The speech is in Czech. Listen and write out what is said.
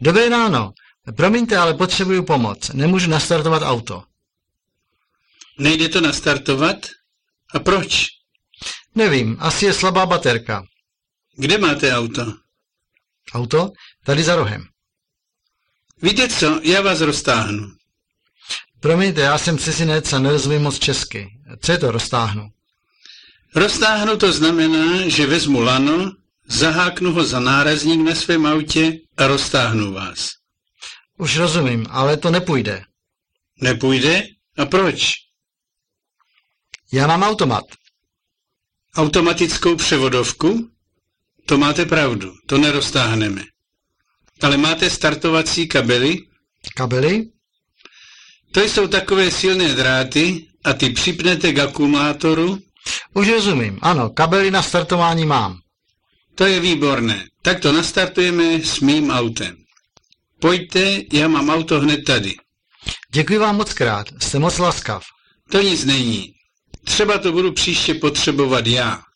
Dobré ráno. Promiňte, ale potřebuju pomoc. Nemůžu nastartovat auto. Nejde to nastartovat? A proč? Nevím, asi je slabá baterka. Kde máte auto? Auto? Tady za rohem. Víte co, já vás roztáhnu. Promiňte, já jsem cizinec a nerozumím moc česky. Co je to roztáhnu? Roztáhnu to znamená, že vezmu lano, zaháknu ho za nárazník na svém autě a roztáhnu vás. Už rozumím, ale to nepůjde. Nepůjde? A proč? Já mám automat. Automatickou převodovku? To máte pravdu, to neroztáhneme. Ale máte startovací kabely? Kabely? To jsou takové silné dráty a ty připnete k akumulátoru? Už rozumím, ano, kabely na startování mám. To je výborné. Tak to nastartujeme s mým autem. Pojďte, já mám auto hned tady. Děkuji vám moc krát, jste moc laskav. To nic není. Třeba to budu příště potřebovat já.